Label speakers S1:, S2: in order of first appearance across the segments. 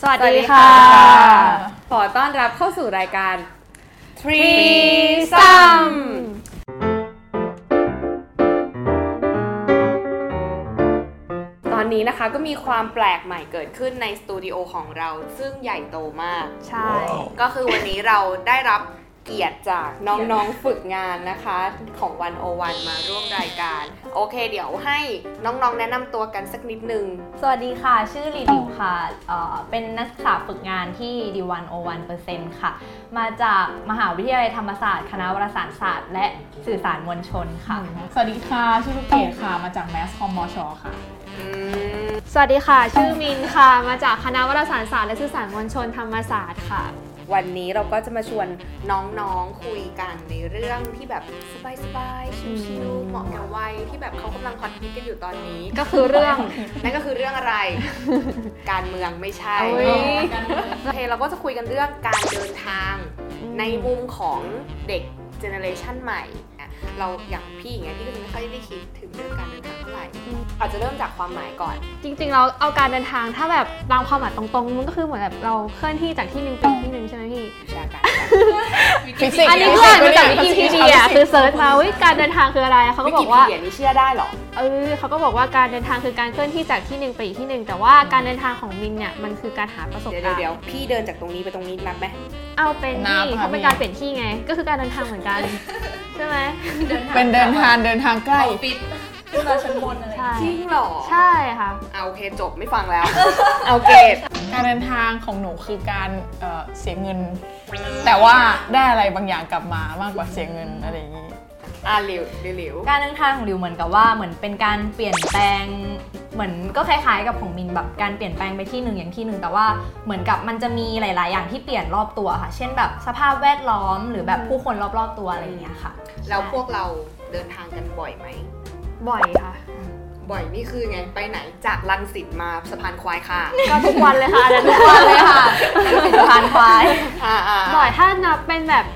S1: สวัสดีค่ะ ขอต้อนรับเข้าสู่รายการ
S2: ทรี
S1: ซัมตอนนี้นะคะก็มีความแปลกใหม่เกิดขึ้นในสตูดิโอของเรา ซึ่งใหญ่โตมาก
S2: ใช่
S1: ก็คือวันนี้เราได้รับเกียรติจากน้องๆฝึกงานนะคะของวันโอวันมาร่วมรายการ โอเค เดี๋ยวให้น้องๆแนะนำตัวกันสักนิดนึง
S2: สวัสดีค่ะ ชื่อลีลิวค่ะเอ่อเป็นนักศึกษาฝึกงานที่ดีวันโอวันเปอร์เซ็นต์ค่ะ มาจากมหาวิทยาลัยธรรมศาสตร์ คณะวารสารศาสตร์ และสื่อสารมวลชนค่ะ
S3: สวัสดีค่ะ ชื่อลูกเกดค่ะ มาจากแมสคอมมอชอค่ะ
S4: สวัสดีค่ะ ชื่อมินค่ะ มาจากคณะวารสารศาสตร์และสื่อสารมวลชนธรรมศาสตร์ค่ะ
S1: วันนี้เราก็จะมาชวนน้องๆคุยกันในเรื่องที่แบบสบายๆ ชิวๆเหมาะกับวัยที่แบบเขากำลังคอนทิตกันอยู่ตอน นี้
S4: ก็คือเรื่อง
S1: นั่นก็คือเรื่องอะไร การเมืองไม่ใช่
S4: อุ๊ย
S1: โอเคเราก็จะคุยกันเรื่องการเดินทาง ในมุมของเด็กเจเนอเรชันใหม่อะเราอย่างพี่อย่างเงี้ยพี่ก็จะไม่ค่อยได้คิดถึงเรื่องการเดินทางเท่าไหร่อาจจะเริ่มจากความหมายก่อน
S4: จริงๆเราเอาการเดินทางถ้าแบบตามความหมายตรงๆ มันก็คือเหมือนแบบเราเคลื่อนที่จากที่หนึ่งไปที่หนึ่งใช่ไหมพี่
S1: วิชาการ
S3: ฟิสิกส์
S4: อันนี้เพื่อนมาจากวิกิพีเดียคือเซิร์ชมาวิการเดินทางคืออะไรเขาก็บอกว่า
S1: Wikipedia นี่เชื่อได้เหรอ
S4: เออเขาก็บอกว่าการเดินทางคือการเคลื่อนที่จากที่หนึ่งไปอีกที่หนึ่งแต่ว่าการเดินทางของมินเนี่ยมันคือการหาประสบ
S1: เดี๋ยว
S4: การ
S1: เดี๋ยว
S4: ณ์
S1: ๆพี่เดินจากตรงนี้ไปตรงนี้นับไหม
S4: เอาเป็น
S3: นั
S4: ที่
S3: บค่ะ
S4: เขาเป็นการเปลี่ยนที่ไง ก็คือการเดินทางเหมือน กันใช่ไหม
S3: เป็นเดินทางเดินทางใกล้
S2: ขึ้นมาชั้นบนอะไร
S4: ใช่
S1: จริงเหรอ
S4: ใช่ค่ะ
S1: เอาโอเคจบไม่ฟังแล้ว เอาเกต
S3: การเดินทางของหนูคือการเอ่อเสียเงิน แต่ว่าได้อะไรบางอย่างกลับมามากกว่าเสียเงินอะไรอย่างนี้
S1: อ่ะหลิวหลิวหลิว
S2: การเดินทางของริวเหมือนกับว่าเหมือนเป็นการเปลี่ยนแปลงเหมือนก็คล้ายๆกับของมินแบบการเปลี่ยนแปลงไปที่หนึ่งอย่างที่หนึ่งแต่ว่าเหมือนกับมันจะมีหลาย ๆ อย่างที่เปลี่ยนรอบตัวค่ะ เช่นแบบสภาพแวดล้อมหรือแบบผู้คนรอบๆตัวอะไรอย่างเงี้ยค่ะ
S1: แล้วพวกเราเดินทางกันบ่อยไหม
S4: บ่อยค่ะ
S1: บ่อยนี่คือไง ไปไหนจากลังสิตมาสะพานควายค่ะ
S4: ก็ทุกวันเลยค่ะอันนั้นทุก
S2: ทุก
S4: วั
S2: วัน น
S4: เล
S2: เลยย
S4: ค่ะ
S2: ค่ะสะพานควาย
S1: อ่า อ่า
S4: บ่อยถ้านับเป็นแบบ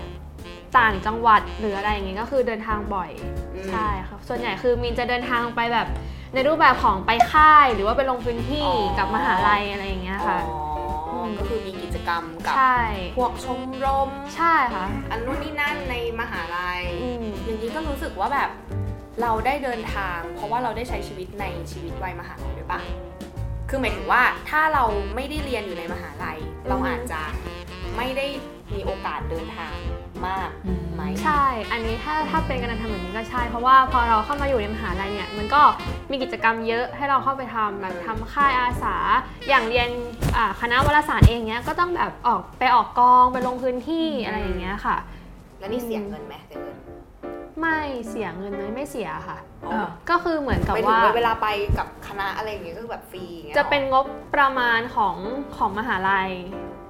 S4: ต่างจังหวัดหรืออะไรอย่างงี้ก็คือเดินทางบ่อย
S1: อืม
S4: ใช่ค่ะส่วนใหญ่คือมีนจะเดินทางไปแบบในรูปแบบของไปค่าย หรือว่าไปลงพื้นที่กับมหาลัยอะไรอย่างเงี้ยค่ะ
S1: อ๋อก็คือมีกิจกรรมกับ
S4: ใช่
S1: พวกชมรม
S4: ใช่ค่ะ
S1: อันนู้นนี่นั่นในมหาลัย
S4: อืม
S1: อย่างนี้ก็รู้สึกว่าแบบเราได้เดินทาง เพราะว่าเราได้ใช้ชีวิตในชีวิตวัยมหาลัยด้วยปะคือหมายถึงว่าถ้าเราไม่ได้เรียนอยู่ในมหาลัย เราอาจจะไม่ได้มีโอกาสเดินทางมากไหม
S4: ใช่ อันนี้ถ้าถ้าเป็นการเดินทางแบบนี้ก็ใช่ เพราะว่าพอเราเข้ามาอยู่ในมหาลัยเนี่ยมันก็มีกิจกรรมเยอะให้เราเข้าไปทำแบบทำค่ายอาสา อย่างเรียนอ่าคณะวารสารเองเนี้ยก็ต้องแบบออกไปออกกองไปลงพื้นที่อะไรอย่างเงี้ยค่ะ
S1: แล้วนี่เสียเงินไหมเสียเงิน
S4: ไม่เสียเงินไหมไม่เสียค่ะ
S1: อ๋อ
S3: อ่า
S4: ก็คือเหมือนกับ
S1: ไปถึง
S4: ว่า
S1: เวลาไปกับคณะอะไรอย่างเงี้ยก็คือแบบฟรีอย่างงี้ย
S4: จะเป็นงบประมาณของของมหาลัย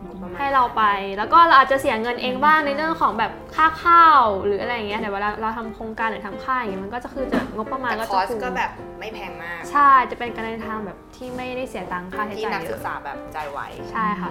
S1: ประมณ
S4: ให้เราไป แล้วก็เราอาจจะเสียเงินเองบ้างในเรื่องของแบบค่าข้าวหรืออะไรอย่างเงี้ยแต่เวลาเราทำโครงการหรือทำค่ายอย่างเงี้ยมันก็จะคือจะงบประมาณ
S1: แต่
S4: ก็
S1: ค
S4: จะ
S1: อส
S4: ถู
S1: ก็แบบไม่แพงมาก
S4: ใช่ จะเป็นการเดินทางแบบที่ไม่ได้เสียตังค่าใช้
S1: ที่
S4: จ่า
S1: นัก
S4: ยเย
S1: ศึ
S4: อะ
S1: กษาแบบใจายไหว
S4: ใช่ค่ะ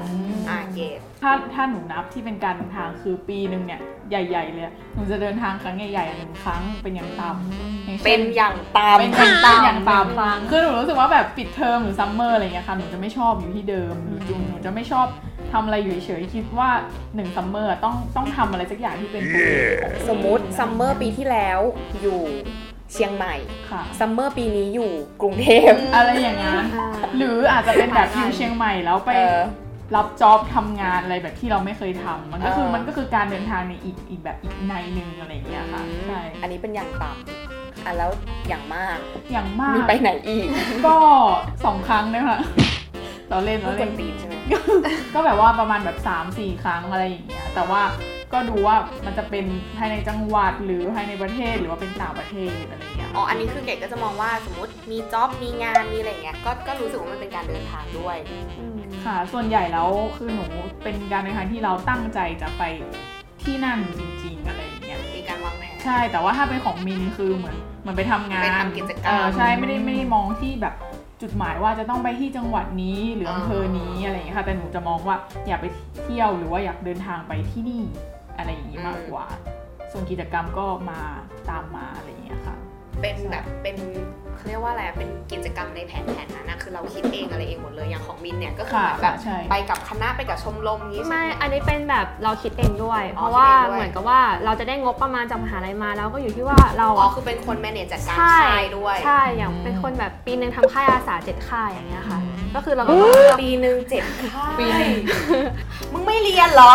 S1: อ่าเกต
S3: ถ้าถ้าหนูนับที่เป็นการเดินทางคือปีหนึ่งเนี่ยใหญ่ๆเลยหนูจะเดินทางครั้งใหญ่ๆอ่ะหนึ่งครั้งเป็นอย่างต่ำอย่าง
S1: เป็
S3: ช่
S1: นอย่างตาม
S3: เป็นอย่างต่ำ
S2: เป็
S3: อน ย่าง
S2: ตา
S3: ต่
S2: ม
S3: ำคือหนูรู้สึกว่าแบบปิดเทอมหรือซัมเมอร์อะไรเงี้ยค่ะ หนูจะไม่ชอบอยู่ที่เดิมหนูจูหนูจะไม่ชอบทำอะไรอยู่เฉยๆคิดว่าหนึ่งซัมเมอร์ต้องต้องทำอะไรสักอย่างที่เป็นตัวเองของตัวเอง
S1: สมมติซัมเมอร์ปีที่แล้วอยู่เชียงใหม่
S3: ค่ะ
S1: ซัมเมอร์ปีนี้อยู่กรุงเทพ
S3: อะไรอย่างนั้น
S4: อ่า
S3: หรืออาจจะเป็นแบบอยู่เชียงใหม่แล้วไป
S1: เออ
S3: รับจ็อบทำงานอะไรแบบที่เราไม่เคยทำมันก็คือ
S1: เออ
S3: มันก็คือการเดินทางในอีกอีกแบบอีกในหนึ่งอะไรอย่างเงี้ยค่ะใช่
S1: อันนี้เป็นอย่างต่ำอ่ะแล้วอย่างมาก
S3: อย่างมาก
S1: มีไปไหน อีก
S3: ก็สองครั้งนะคะ เราเล่น
S1: ก็
S3: เรา
S1: ค
S3: เล่
S1: น
S3: น
S1: ตีนใช่ไหม
S3: ก็แบบว่าประมาณแบบ 3 4 ครั้งอะไรอย่างเงี้ยแต่ว่าก็ดูว่ามันจะเป็นภายในจังหวัดหรือภายในประเทศหรือว่าเป็นต่างประเทศอะไรอย่างเงี้ย
S1: อ๋อ อันนี้คือเกดก็จะมองว่าสมมติมีจ็อบมีงานมีอะไรอย่างเงี้ย ก็ก็รู้สึกว่ามันเป็นการเดินทางด้วย
S4: อืม
S3: ค่ะ ส่วนใหญ่แล้วคือหนูเป็นการเดินทางที่เราตั้งใจจะไปที่นั่นจริงๆอะไรอย่างเงี้ย
S1: มีการวางแผน
S3: ใช่แต่ว่าถ้าเป็นของมินคือเหมือนเหมือนไปทำงาน
S1: ไปทำกิจกรรม
S3: เออใช่ไม่ได้ไม่ได้มองที่แบบจุดหมายว่าจะต้องไปที่จังหวัดนี้หรืออำเภอนี้อะไรอย่างเงี้ยค่ะแต่หนูจะมองว่าอยากไปเที่ยวหรือว่าอยากเดินทางไปที่นี่อะไรอย่างงี้มากกว่า ส่วนกิจกรรมก็มาตามมาอะไรอย่างเงี้ยค่ะ
S1: เป็นแบบเป็น เขาเรียกว่าอะไรอะเป็นกิจกรรมในแผนแผนนั้นนะคือเราคิดเองอะไรเองหมดเลยอย่างของมินเนี่ยก็คือ
S3: ค่ะ
S1: เหมือนแบบ
S3: ใช่
S1: ไปกับคณะไปกับชมรมนี้ใช่
S4: ไม่
S1: ไหม
S4: อันนี้เป็นแบบเราคิดเองด้วย
S1: อ๋
S4: เพ
S1: อ
S4: ราะว่า
S1: คิดเองด้วย
S4: เหมือนกับว่าเราจะได้งบประมาณจากมหาลัยมาแล้วก็อยู่ที่ว่าเรา
S1: อ๋อคือเป็นคนแมเนจจัดการ
S4: ใช่
S1: ค่ายด้วย
S4: ใช่ อย่าง
S2: อืม
S4: เป็นคนแบบปีหนึ่งทำค่ายอาสาเจ็ดค่ายอย่างเงี้ยค่ะ ก็คือเราก็ต้องเลือก
S1: ปีหนึ่งเจ็ดค่าย
S2: ปีหนึ่ง
S1: มึงไม่เรียนเหรอ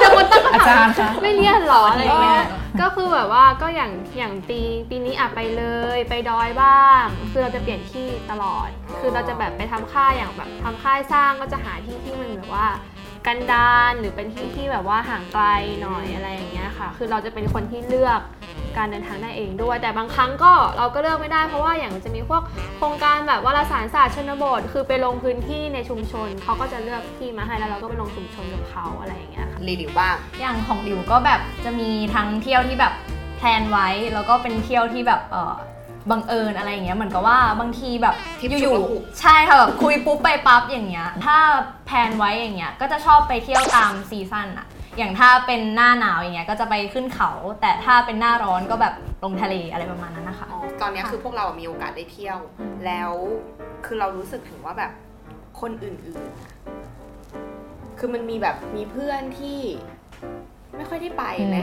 S4: แต่คนตั้งคำ
S3: อา
S4: ถา
S3: จา
S4: ม
S3: รย์คะ
S4: ไม่เลี่ยนหรออะไรเงี้ย
S2: เออ
S4: ก็คือแบบว่าก็อย่างอย่างปีปีนี้อ่ะไปเลยไปดอยบ้าง คือเราจะเปลี่ยนที่ตลอด
S1: อ๋อ
S4: คือเราจะแบบไปทำค่ายอย่างแบบทำค่ายสร้างก็จะหาที่ที่มันแบบว่า กันดานหรือเป็นที่ที่แบบว่าห่างไกลหน่อยอะไรอย่างเงี้ยค่ะ คือเราจะเป็นคนที่เลือกการเดินทางได้เองด้วย แต่บางครั้งก็เราก็เลือกไม่ได้เพราะว่าอย่างมันจะมีพวกโครงการแบบวารสารศาสตร์ชนบท คือไปลงพื้นที่ในชุมชนเขาก็จะเลือกที่มาให้แล้วเราก็ไปลงชุมชนกับเขาอะไรอย่างเงี้ยค่ะ
S1: รีดิวบ้าง
S2: อย่างของดิวก็แบบจะมีทั้งเที่ยวที่แบบแพลนไว้ แล้วก็เป็นเที่ยวที่แบบเออบังเอิญอะไรอย่างเงี้ยเหมือนกับว่าบางทีแบบ
S1: ทริป
S2: อ
S1: ฉุ
S2: ยู่
S1: กละหุก
S2: ๆใช่ค่ะแบบคุยปุ๊บไปปั๊บอย่างเงี้ยถ้าแพลนไว้อย่างเงี้ยก็จะชอบไปเที่ยวตามซีซั่นอะอย่างถ้าเป็นหน้าหนาวอย่างเงี้ยก็จะไปขึ้นเขา แต่ถ้าเป็นหน้าร้อนก็แบบลงทะเลอะไรประมาณนั้นนะคะ
S1: อ๋อตอนเนี้ยคือพวกเรามีโอกาสได้เที่ยว แล้วคือเรารู้สึกถึงว่าแบบคนอื่นๆอะคือมันมีแบบมีเพื่อนที่ไม่ค่อยได้ไปไหม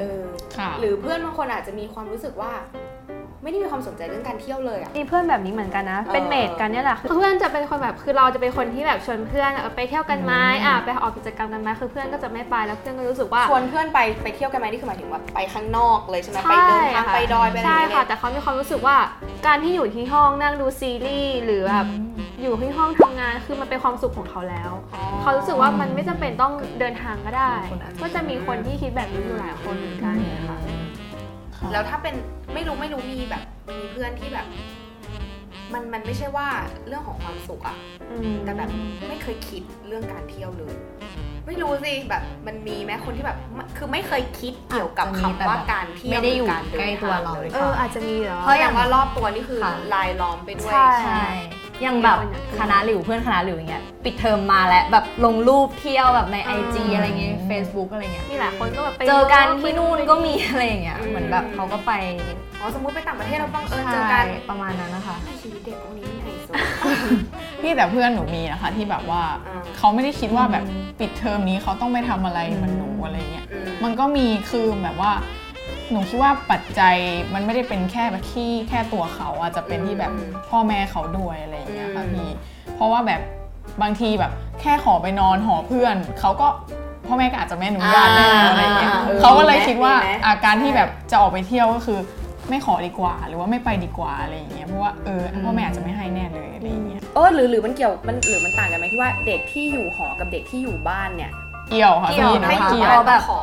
S1: เออ
S3: ค่ะ
S1: หรือเพื่อนบางคนอาจจะมีความรู้สึกว่า ไม่ได้มีความสนใจเรื่องการเที่ยวเลยอะ
S4: มีเพื่อนแบบนี้เหมือนกันนะ
S1: เออ
S4: เป็นเมดกันเนี่ยแหละ เพื่อนจะเป็นคนแบบคือเราจะเป็นคนที่แบบชวนเพื่อนเออไปเที่ยวกันไหม
S2: อืม
S4: อ่ะไปออกกิจกรรมกันไหมคือเพื่อนก็จะไม่ไปแล้วเพื่อนก็รู้สึกว่า
S1: ชวนเพื่อนไปไปเที่ยวกันไหมนี่คือหมายถึงว่าไปข้างนอกเลยใช่ไหม
S4: ใช่
S1: ไปเดินทาง
S4: ค่ะ
S1: ไปดอยไปอะไร
S4: ใช่
S1: อย่าง
S4: ค่ะ
S1: เงี้ย
S4: แต่เขามีความรู้สึกว่าการที่อยู่ที่ห้องนั่งดูซีรีส์หรือแบบอยู่ที่ห้องทำงานคือมันเป็นความสุขของเขาแล้ว
S1: อ๋อ
S4: เขารู้สึกว่ามันไม่จำเป็นต้องเดินทางก็ได้
S2: คนอาจจะ
S4: ก็จะมีคนที่คิดแบบนี้อยู่หลายคนเหมือนกันค่ะ
S1: แล้วถ้าเป็นไม่รู้ไม่รู้มีแบบมีเพื่อนที่แบบ มันมันไม่ใช่ว่าเรื่องของความสุขอะแต่แบบไม่เคยคิดเรื่องการเที่ยวเลย ไม่รู้สิแบบมันมีไหมคนที่แบบไม่คือไม่เคยคิดเกี่ยวกับคำว่าการเที่ยว
S2: ไม่ได้อยู่
S1: หกาเน
S2: ใกล้ตัวเรา
S1: ทงลย
S4: เอออาจจะมีเหรอ
S1: เพราะอย่างว่ารอบตัวนี่คือ
S2: ค่ะ
S1: ลายล้อมไปด้วย
S4: ใช่
S2: ใช่อย่างแบบคณะหลิวเพื่อนคณะหลิวอย่างเงี้ยปิดเทอมมาแล้วแบบลงรูปเที่ยวแบบใน IG อะไรเงี้ย Facebook อะไรเงี้ย
S4: มีหลายคนก็แบบไป
S2: เจอกันที่นู่นก็มี อะไรอย่างเงี้ย
S1: อืม
S2: เหมือนแบบเขาก็ไป
S1: อ๋อสมมติไปต่างประเทศเราบังเอิญเจอกั
S2: ใช่
S1: น
S2: ประมาณนั้นนะคะ
S1: ชีวิตเด็กพวกนี้ไม่ไฮโซ
S3: พี่แต่เพื่อนหนูมีนะคะ ที่แบบว่า
S1: อ่า
S3: เขาไม่ได้คิดว่าแบบ
S2: อืม
S3: ปิดเทอมนี้เขาต้องไปทำอะไรเหมือนหนู
S2: อืม
S3: อะไรเงี้ย
S1: อืม
S3: มันก็มีคือแบบว่า หนูคิดว่าปัจจัยมันไม่ได้เป็นแค่แบบที่แค่ตัวเขาอาจจะเป็นที่แบบ
S1: อืม
S3: พ่อแม่เขาด้วยอะไรอย่างเงี้ยค่ะ
S1: อืม
S3: พี่เพราะว่าแบบบางทีแบบแค่ขอไปนอนหอเพื่อนเขาก็พ่อแม่ก็อาจจะไม่อนุญาตแน่อะไรเงี้ย
S2: อ่าอ่าอ่า
S3: เขาก็เลยคิดว่า
S1: มีไหม
S3: อาการที่แบบจะออกไปเที่ยวก็คือ ไม่ขอดีกว่า หรือว่าไม่ไปดีกว่าอะไรอย่างเงี้ยเพราะว่าเออพ่อแม่อาจจะไม่ให้แน่เลยอะไรอย่างเงี้ย
S1: เออหรือหรือมันเกี่ยวมันหรือมันต่างกันไหมที่ว่าเด็กที่อยู่หอกับเด็กที่อยู่บ้านเนี่ย
S3: เกี่ยวค่ะ
S2: เกี่
S3: พี่
S2: ยว
S3: นะ
S2: ให้
S1: ถ้าอยู่
S2: เกี่ยว
S1: บ้านต้องขอ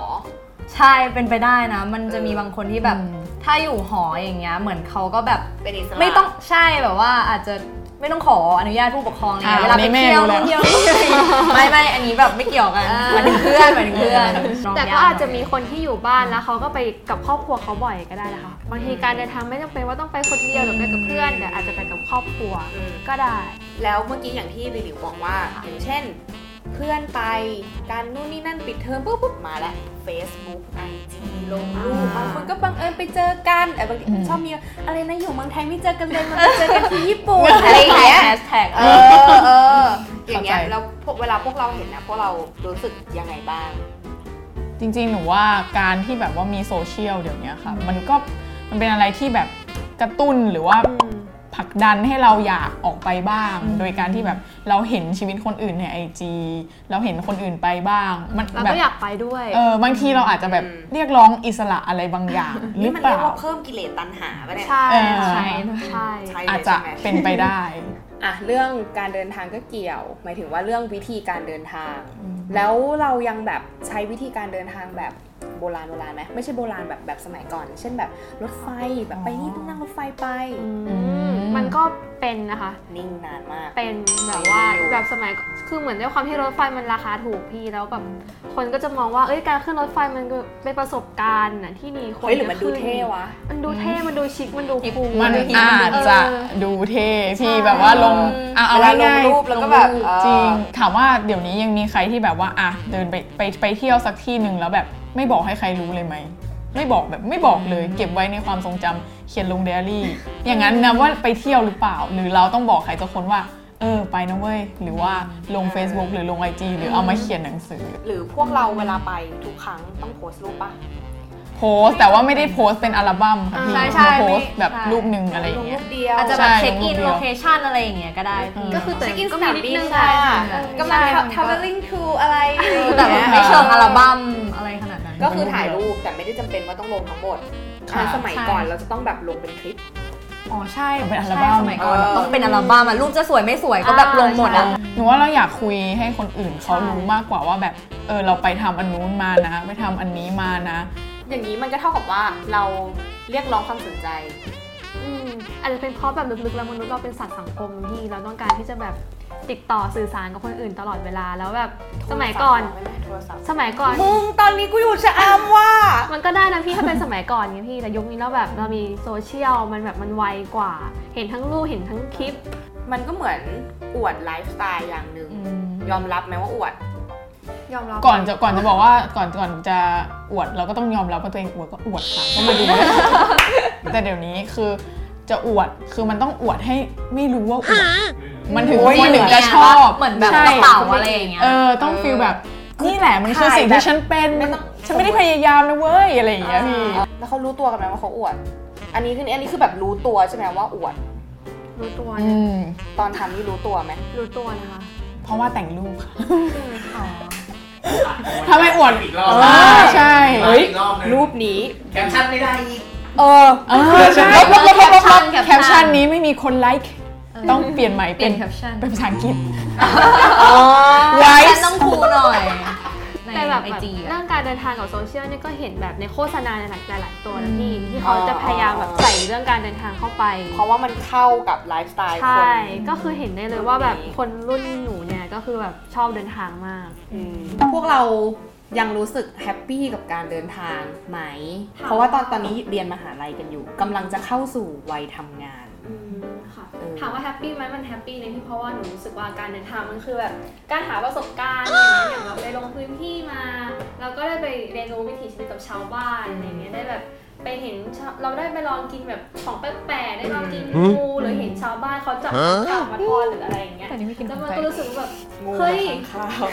S2: ใช่เป็นไปได้นะ มันจะมีบางคนที่แบบ
S3: อืม
S2: ถ้าอยู่หออย่างเงี้ย เหมือนเขาก็แบบ
S1: เป็นอิสระ
S2: ไม่ต้องใช่แบบว่าอาจจะไม่ต้องขออนุญาตผู้ปกครองอะไรเงี้ย
S3: อ่า
S2: เวลา
S3: อันนี้
S2: ไป
S3: แม่
S2: เที่ยว
S3: รู้
S2: นู่น
S3: แล้ว
S2: เที่ยว นี่อะไรอย่างเงี้ยไม่ไม่อันนี้แบบไม่เกี่ยวกันหมายถึงเพื่อนหมายถึงเพื่อนน้ง
S4: แต่
S2: ยห
S4: ก็
S2: น่ย
S4: อาจจะมีคนที่อยู่บ้านแล้วเขาก็ไปกับครอบครัวเขาบ่อยก็ได้นะคะ บางทีการเดินทางไม่จำเป็นว่าต้องไปคนเดียวหรือไปกับเพื่อนแต่อาจจะไปกับครอบครัว
S1: อืม
S4: ก็ได้
S1: แล้วเมื่อกี้อย่างที่ลิลิวบอกว่า อย่างเช่น เพื่อนไปการนู่นนี่นั่นปิดเทอมปุ๊บปุ๊บมาแล้ว Facebook IG ลงรูป
S2: อ่า
S1: บางคนก็บังเอิญไปเจอกันเออบางที
S3: อืม
S1: ชอบมีอะไรนะอยู่เมืองไทยไม่เจอกันเลยมันไปเจอกันที่ญี่ปุ่นอะไรอย่างเงี้ย
S2: แฮชแท็ก
S1: เออเอออย่างเงี้ย
S3: เข้าใจ
S1: แล้วพวกเวลาพวกเราเห็นนะพวกเรารู้สึกยังไงบ้าง
S3: จริงๆ หนูว่าการที่แบบว่ามีโซเชียลเดี๋ยวเนี้ยค่ะ มันก็มันเป็นอะไรที่แบบกระตุ้นหรือว่าผลักดันให้เราอยากออกไปบ้าง
S2: อืม
S3: โดยการที่แบบเราเห็นชีวิตคนอื่นในไอจีเราเห็นคนอื่นไปบ้าง มัน
S4: เรา
S3: แบ
S4: ก็
S3: บ
S4: อยากไปด้วย
S3: เออบางทีเราอาจจะแบบ
S1: อืม
S3: เรียกร้องอิสระอะไรบางอย่างหรื
S1: นี่
S3: อ
S1: มัน
S3: เป
S1: เรียก
S3: ล่า
S1: ว่าเพิ่มกิเลสตัณหาปะเนี่ย
S4: ใช่
S3: เออ
S4: ใช่
S2: ใช่
S4: ใช่
S1: ใช่เลย
S3: อาจจะ
S1: ใช่ไหม
S3: เป็นไปได้
S1: อ่ะเรื่องการเดินทางก็เกี่ยว หมายถึงว่าเรื่องวิธีการเดินทาง แล้วเรายังแบบใช้วิธีการเดินทางแบบโบราณโบราณไหมไม่ใช่โบราณแบบแบบสมัยก่อน เช่นแบบรถไฟแบบไปนี่ต้องนั่งรถไฟไป
S4: อืมมันก็เป็นนะคะ
S1: นิ่งนานมาก
S4: เป็นแบบว่าแบบสมัยคือเหมือนด้วยความที่รถไฟมันราคาถูกพี่แล้วแบบคนก็จะมองว่าเอ้ยการขึ้นรถไฟมันก็เป็นประสบการณ์น่ะที่ดีควร
S1: เฮ้ยหรือมัน
S4: จะ
S1: ดู
S4: ขึ้
S1: เท่วะ
S4: มันดูเท่มันดูชิคมันดูคูล
S3: มัน
S2: ดูดี
S3: อาจจะดูเท่พี่แบบว่าลงอ่ะเอา
S1: เวลาลง
S3: ง่ายๆ
S1: รูปแล้วก็แบบ
S3: งรูป
S1: เออ
S3: จริง ถามว่าเดี๋ยวนี้ยังมีใครที่แบบว่าอ่ะเดินไปไปไปเที่ยวสักที่หนึ่งแล้วแบบไม่บอกให้ใครรู้เลยไหม ไม่บอกแบบไม่บอกเลย เก็บไว้ในความทรงจำเขียนลงไดอารี่ อย่างนั้นนะว่าไปเที่ยวหรือเปล่า หรือเราต้องบอกใครสักคนว่า เออไปนะเว้ย หรือว่าลง Facebook หรือลง IG หรือเอามาเขียนหนังสือ
S1: หรือพวกเราเวลาไปทุกครั้งต้องโพสต์รูปปะ
S3: โพสต์แต่ว่าไม่ได้โพสต์เป็นอัลบั้มค่ะพี่
S2: อ่าใช่ใช่
S3: โพสต์แบบ
S2: ใช่
S3: รูปหนึ่งอะไร
S1: ล
S3: อย่าง
S1: รู
S3: งเงี้ย
S1: ปเดียว
S2: อาจจะแบบ
S3: ใช่
S2: เช็คอิน
S3: ลงรูปเดียว
S2: โลเคชันอะไรอย่างเงี้ยก็ได้
S1: ก็คือเช็คอินสนามบิน
S4: ก็มีนิดนึง
S1: ค่ะ
S4: ใช่
S2: ใช่
S1: กำลัง
S4: ใช่
S1: traveling to อะไรอยู่
S2: แต่แบบไม่เชิงอัลบั้มอะไรขนาดนั้น
S1: ก็คือถ่ายรูปแต่ไม่ได้จำเป็นว่าต้องลงทั้งหมด
S3: ค่ะ
S1: อ่าสมัยก่อน
S2: ใช่
S1: เราจะต้องแบบลงเป็นคลิป
S2: อ๋อใช่
S3: เป็นอัลบั้
S2: ใช่
S3: ม
S2: สมัยก่อนแบบต้องเป็นอัลบั้มอะรูปจะสวยไม่สวยก็แบบลงหมดอะ
S3: หนูว่าเราอยากคุยให้คนอื่นเขารู้มากกว่าว่าแบบเออเราไปทำอันนู้นมานะ ไปทำอันนี้มานะ
S1: อย่างนี้มันก็เท่ากับว่าเราเรียกร้องความสนใจ
S4: อืมอาจจะเป็นเพราะแบบลึกๆแล้วมนุษย์เราเป็นสัตว์สังคมที่เราต้องการที่จะแบบติดต่อสื่อสารกับคนอื่นตลอดเวลาแล้วแบบสมัยก่อน
S1: โทรศัพท์
S4: สมัยก่อน
S1: มึงตอนนี้กูอยู่ชะอำว่า
S4: มันก็ได้นะพี่ ถ้าเป็นสมัยก่อนไงพี่แต่ยุคนี้แล้วแบบเรามีโซเชียลมันแบบมันไวกว่า เห็นทั้งรูปเห็นทั้งคลิป
S1: มันก็เหมือนอวดไลฟ์สไตล์อย่างหนึ่ง ยอมรับไหมว่าอวด
S4: ยอมรับ
S3: ก่อนจะก่อนจะบอกว่าก่อนก่อนจะอวดเราก็ต้องยอมรับว่าตัวเองอวดก็อวดค่ะก็มาดู แต่เดี๋ยวนี้คือจะอวดคือมันต้องอวดให้ไม่รู้ว่าอวดมันถึง
S2: โอ้ย
S3: คนถึงจะชอบ
S2: เหมือนแบบ
S3: ใช่
S2: กระเป๋าอะไรอย่างเงี้ย
S3: เออต้องฟีลแบบนี่แหละมันคือสิ่งที่ฉันเป็น
S1: ไม่ต้อง
S3: ฉันไม่ได้พยายามนะเว้ยอะไรอย่างเงี้ยพี่
S1: แล้วเขารู้ตัวกันไหมว่าเขาอวด อันนี้คืออันนี้คือแบบรู้ตัวใช่ไหมว่าอวด
S4: รู้ตัว
S3: อืม
S1: ตอนทำนี่รู้ตัวไหม
S4: รู้ตัวนะคะ
S3: เพราะว่าแต่งรูปค่ะ
S5: ถ้า
S3: ถ้าไม่
S5: ไม่
S3: อ
S5: อ
S3: ว
S5: ว
S3: ด
S5: ด
S3: เออใช่
S5: เฮ้ยรู
S1: รู
S5: ป
S1: ปนี้
S5: แคปชั่นไม่ได้อีก
S1: เออ
S3: เออใช่
S2: แคปชั่น
S3: ลบลบลบลบล
S2: แคป
S3: บ
S2: ชั่น
S3: แคปชั่นนี้ไม่มีคนไลค์ต้องเปลี่ยนใหม่
S2: เปลี่ยน
S3: เ
S2: แคปชั่น
S3: เป็นภาษาอังกฤษ
S2: แคป
S3: Wise
S2: ชั่นต้องคูลหน่อยใน
S4: แต่แบบ
S2: ไอจี
S4: เรื่องการเดินทางกับโซเชียลเนี่ยก็เห็นแบบในโฆษณาหลายๆหลายๆตัวนะพี่ที่เขาจะพยายามแบบใส่เรื่องการเดินทางเข้าไป
S1: เพราะว่ามันเข้ากับไลฟ์สไตล์ค
S4: ใช่
S1: น
S4: ก็คือเห็นได้เลยว่าแบบคนรุ่นหนูเนี่ยก็คือแบบชอบเดินทางมาก
S1: อืมพวกเรายังรู้สึกแฮปปี้กับการเดินทางไหม เพราะว่าตอนตอนนี้เรียนมหาลัยกันอยู่กำลังจะเข้าสู่วัยทำงาน
S4: อืมค่ะ
S1: เออ
S4: ถามว่าแฮปปี้ไหมมันแฮปปี้ในที่เพราะว่าหนูรู้สึกว่าการเดินทางมันคือแบบการหาประสบการณ์อะไรอย่างเงี้ยอย่างเราไปลงพื้นที่มา เราก็ได้ไปเรียนรู้วิถีชีวิตกับชาวบ้านอะไรอย่างเงี้ยได้แบบไปเห็นชาวเราได้ไปลองกินแบบของแปลกๆได้ลองกินงูหรือเห็นชาวบ้านเขาจับข้าวมาทอดหรืออะไรอย่างเงี้ย
S2: แต่นี่ไม่กิน
S4: แล้ว
S2: ข
S4: มั
S2: อน งไทย
S4: ก็รู้สึกว่าแบบ
S1: งู
S4: เฮ้ย
S1: ข้าว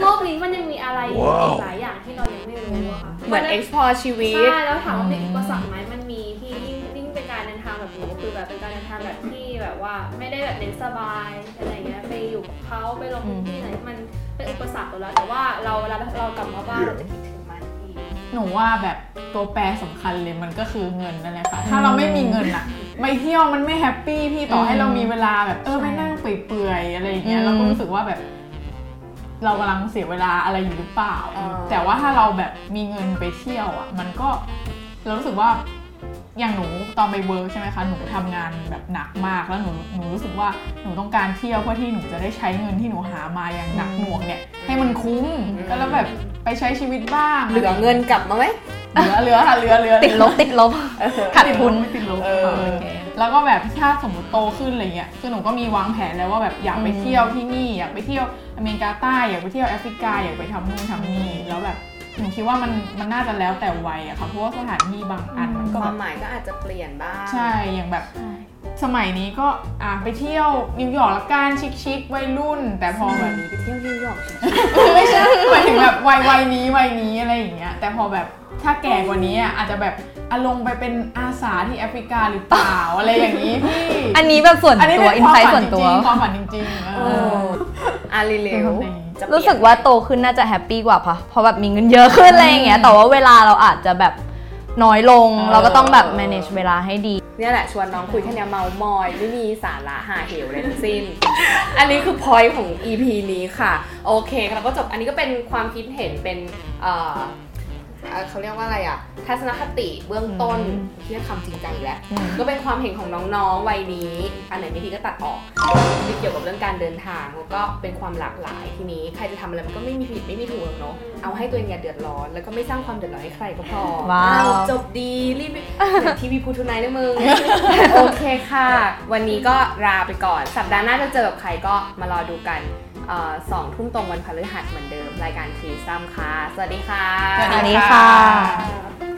S4: โลกนี้มันยังมีอะไรอีกหลายอย่างที่เรายังไม่รู้อะค่ะ
S1: เหมือน
S4: ได้
S1: explore ชีวิต
S4: ใช่แล้วถามว่ามีอุปสรรคไหมมันมีที่ยิ่งยิ่งเป็นการเดินทางแบบหนูคือแบบเป็นการเดินทางแบบที่แบบว่าไม่ได้แบบเน้นสบายอะไรเงี้ยไปอยู่กับเขาไปลงพื้นที่ไหนมันเป็นอุปสรรคอยู่แล้วแต่ว่าเราเราเรากลับมาบ้านเราจะคิดถึงมันอีก
S3: หนูว่าแบบตัวแปรสำคัญเลยมันก็คือเงินนั่นแหละค่ะ ถ้าเราไม่มีเงินอะไปเที่ยวมันไม่แฮปปี้พี่ต่อให้เรามีเวลาแบบเออไปนั่งเปื่อยๆอะไรอย่างเงี้ย
S2: อืม
S3: เราก็รู้สึกว่าแบบ เรากำลังเสียเวลาอะไรอยู่หรือเปล่า
S1: เออ
S3: แต่ว่าถ้าเราแบบมีเงินไปเที่ยวอะมันก็เรารู้สึกว่าอย่างหนูตอนไปเวิร์กใช่ไหมคะหนูทำงานแบบหนักมากแล้วหนูหนูรู้สึกว่าหนูต้องการเที่ยวเพื่อที่หนูจะได้ใช้เงินที่หนูหามาอย่างหนักหน่วงเนี่ย ให้มันคุ้มก็แล้วแบบไปใช้ชีวิตบ้าง
S1: เหลือเงินกลับมาไหม
S3: เหลือเหลือค่ะเหลือเหลือ
S2: ติดลบติดลบ ขาดทุน
S3: ไม่ติดลบ
S1: เออ
S3: ค่ะแล้วก็แบบถ้าสมมติโตขึ้นอะไรเงี้ยคือหนูก็มีวางแผนแล้วว่าแบบอยากไปเที่ยวที่นี่ อยากไปเที่ยวอเมริกาใต้อยากไปเที่ยวแอฟริกาอยากไปทำนู่นทำนี่แล้วแบบหนูคิดว่ามันมันน่าจะแล้วแต่วัยอะค่ะเพราะว่าสถานที่บางอันมันก็
S1: ค
S3: แบ
S1: วาม
S3: บ
S1: หมายก็อาจจะเปลี่ยนบ้าง
S3: ใช่อย่างแบบสมัยนี้ก็อ่ะไปเที่ยวนิวยอร์กละกันชิคๆวัยรุ่น แต่พอแบบ
S1: นี้ไปเที่ยวนิวยอร์กใช่ไหม
S3: ไม่ใช่หมายถึงแบบวัยวัยนี้วัยนี้อะไรอย่างเงี้ยแต่พอแบบถ้าแก่กว่านี้อ่ะอาจจะแบบอารมณ์ไปเป็นอาสาที่แอฟริกาหรือเปล่า อะไรอย่างนี้พี่
S2: อันนี้แบบส่วน
S3: นี้
S2: ตัว
S3: เป็
S2: อิ
S3: น
S2: น
S3: ความ
S2: ไซ
S3: ฝั
S2: ต์ส่วน
S3: จริ
S2: ตัว
S3: งๆความฝันจริงๆเอ
S1: เอ
S3: อ
S1: ออาเร็ว
S3: เป็นคนดี
S1: ๆจะเปลี่ยน
S2: รู้สึกว่าโตขึ้นน่าจะแฮปปี้กว่าเพราะเพราะแบบมีเงินเยอะขึ้นอะไรอย่างเงี้ย แต่ว่าเวลาเราอาจจะแบบน้อยลง
S3: เออ
S2: เราก็ต้องแบบ manage เวลาให้ดี
S1: เนี่ยแหละชวนน้องคุยแค่เนี้ยเมามอย ไม่มีสาระหาเหวอะไรทั้งสิ้น อันนี้คือพอยของ EP นี้ค่ะ โอเคเราก็จบอันนี้ก็เป็นความคิดเห็นเป็นเอ่อเอ่อเขาเรียกว่าอะไรอ่ะ ทัศนคติเบื้องต้นเรียกคำจริงจังอีกแล้ว ก็เป็นความเห็นของน้องๆ วัยนี้ อันไหนไม่ดีก็ตัดออกที่เกี่ยวกับเรื่องการเดินทางแล้วก็เป็นความหลากหลายทีนี้ใครจะทำอะไรมันก็ไม่มีผิดไม่มีถูกหรอกเนาะ เอาให้ตัวเองอย่าเดือดร้อน แล้วก็ไม่สร้างความเดือดร้อนให้ใครก็พอ
S2: ว้าว
S1: เอจบดีรีบไปเหมือนทีวีพูทูไนท์เลยมึง โอเคค่ะ วันนี้ก็ลาไปก่อน สัปดาห์หน้าจะเจอกับใครก็มารอดูกันเอ่อสองทุ่มตรงวันพฤหัสเหมือนเดิมรายการทีซัมค่ะ สวัสดีค่ะ
S3: สวัสดี
S2: อันนี้ค่ะ
S4: อ่า